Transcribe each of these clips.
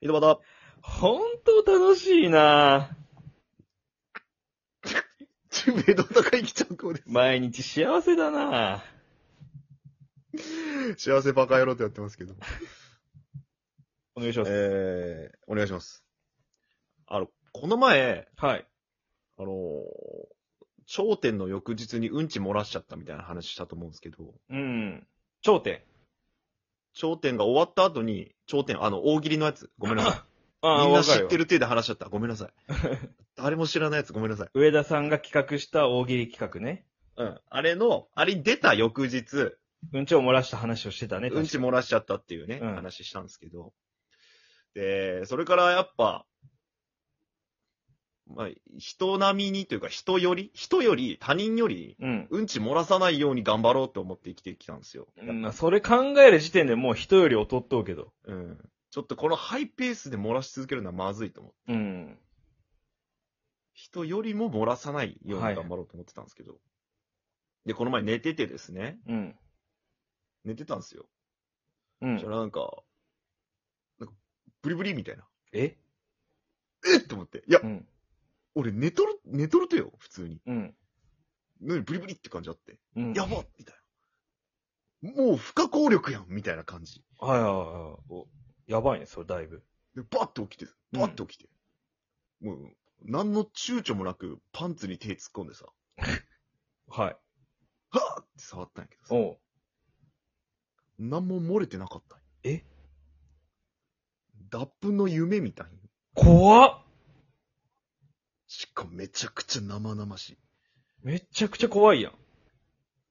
井戸端。ほんと楽しいな中米道高いきちゃんこで毎日幸せだなす。 幸せバカ野郎ってやってますけど。お願いします。えー、お願いします。あの、この前、はい。あのー、頂点の翌日にうんち漏らしちゃったみたいな話したと思うんですけど、うん。頂点。頂点が終わった後に、頂点、あの、大喜利のやつ、ごめんな さい。ああ、みんなわ知かっるてよ。る手で話しちゃった。ごめんなさい。 誰も知らないやつ、ごめんなさい。上田さんが企画した大喜利企画ね。うん。あれの、あれに出た翌日、うんちを漏らした話をしてたね。うんち漏らしちゃったっていうね、うん話したんですけど。で、それからやっぱ、まあ、人並みにというか人より、人より他人より、うん。うんち漏らさないように頑張ろうと思って生きてきたんですよ。うんまあ、それ考える時点でもう人より劣っとうけど。うん。ちょっとこのハイペースで漏らし続けるのはまずいと思って。うん。人よりも漏らさないように頑張ろうと思ってたんですけど。で、この前寝ててですね。うん。寝てたんですよ。うそしたん。らなんか、なんか、ブリブリみたいな。ええっと思って。いやう、ん。俺寝とる、寝とるとよ、普通に。うん。なにブリブリって感じあって。うん。やばっみたいな。もう不可抗力やんみたいな感じ。はいはいはい。おやばいね、それだいぶ。で、バッと起きて、バッと起きて。もう、何の躊躇もなく、パンツに手突っ込んでさ、はい。はぁって触ったんやけどさ、おう。何も漏れてなかったんよえ脱粉の夢みたいに。怖っしかもめちゃくちゃ生々しい。めっちゃくちゃ怖いやん。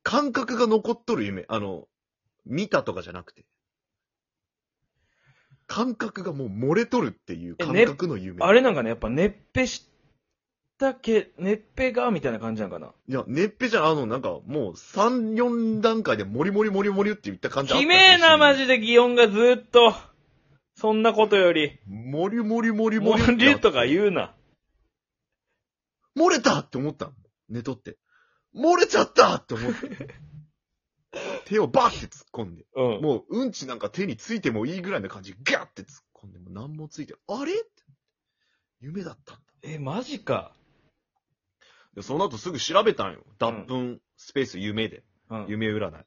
感覚が残っとる夢。あの、見たとかじゃなくて。感覚がもう漏れとるっていう感覚の夢。あれなんかね、やっぱ、ねっぺしたけ、ねっぺが、みたいな感じなんかな。いや、ねっぺじゃん、あの、なんか、もう、3、4段階で、もりもりもりもりって言った感じあったきめえな、マで。ジで、擬音がずーっと。そんなことより、もりもりもりももり。りとかう。言うな。漏れたって思ったの。寝とって。漏れちゃったって思って。 手をバーって突っ込んで。うん。もう、うんちなんか手についてもいいぐらいの感じ、ガーって突っ込んで、もう何もついて、あれって夢だったんだ。え、マジか。で、その後すぐ調べたんよ。脱粉、スペース夢で。うん。夢占い。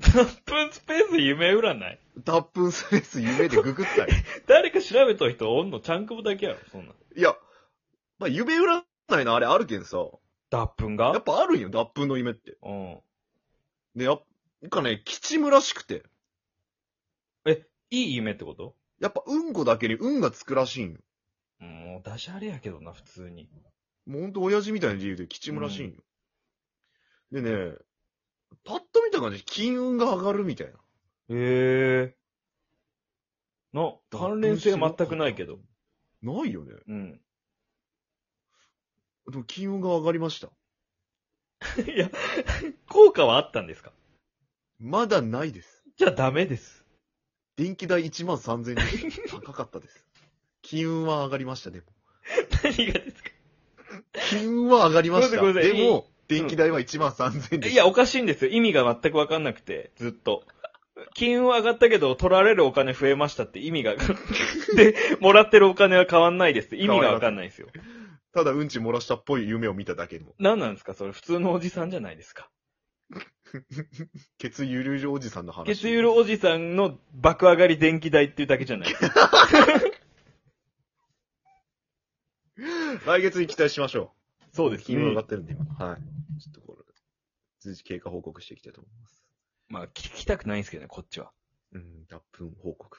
3分スペース夢占い脱粉スペース夢でググ ったんよ。誰か調べとい人おんのちゃんくぼだけやろ、そんな。いや、まあ、夢占いのあれあるけんさ、脱粉やがっぱあるんよ、脱粉の夢って。うん。で、やっなんかね、吉むらしくて。いい夢ってことやっぱ、うんこだけに運がつくらしいんよ。うん、もう出しゃれやけどな、普通に。もうほんと親父みたいな理由で吉むらしいんよ。でね、パッと見た感じ、金運が上がるみたいな。へえ。の、関連性全くないけど。。ないよね。うん。でも、金運が上がりました。 いや、効果はあったんですかまだないです。じゃあダメです。電気代1万3000円。高かったです。金運は上がりました、でも。何がですか金運は上がりました。ごめんなさいでも、電気代は1万3000円です。いや、おかしいんですよ。意味が全くわかんなくて、ずっと。金運は上がったけど、取られるお金増えましたって意 味が。で、もらってるお金は変わんないですって意味がわかんないですよ。ただうんち漏らしたっぽい夢を見ただけの。何なんですかそれ普通のおじさんじゃないですか。血ゆるおじさんの話。ケツゆるおじさんの爆上がり電気代っていうだけじゃないですか。来月に期待しましょそうう。です金運上がねっ。てるんで、今。はい。ちょっとこれ、随時経過報告していきたいと思います。まあ、聞きたくないんですけどね、こっちは。うん、脱粉報告。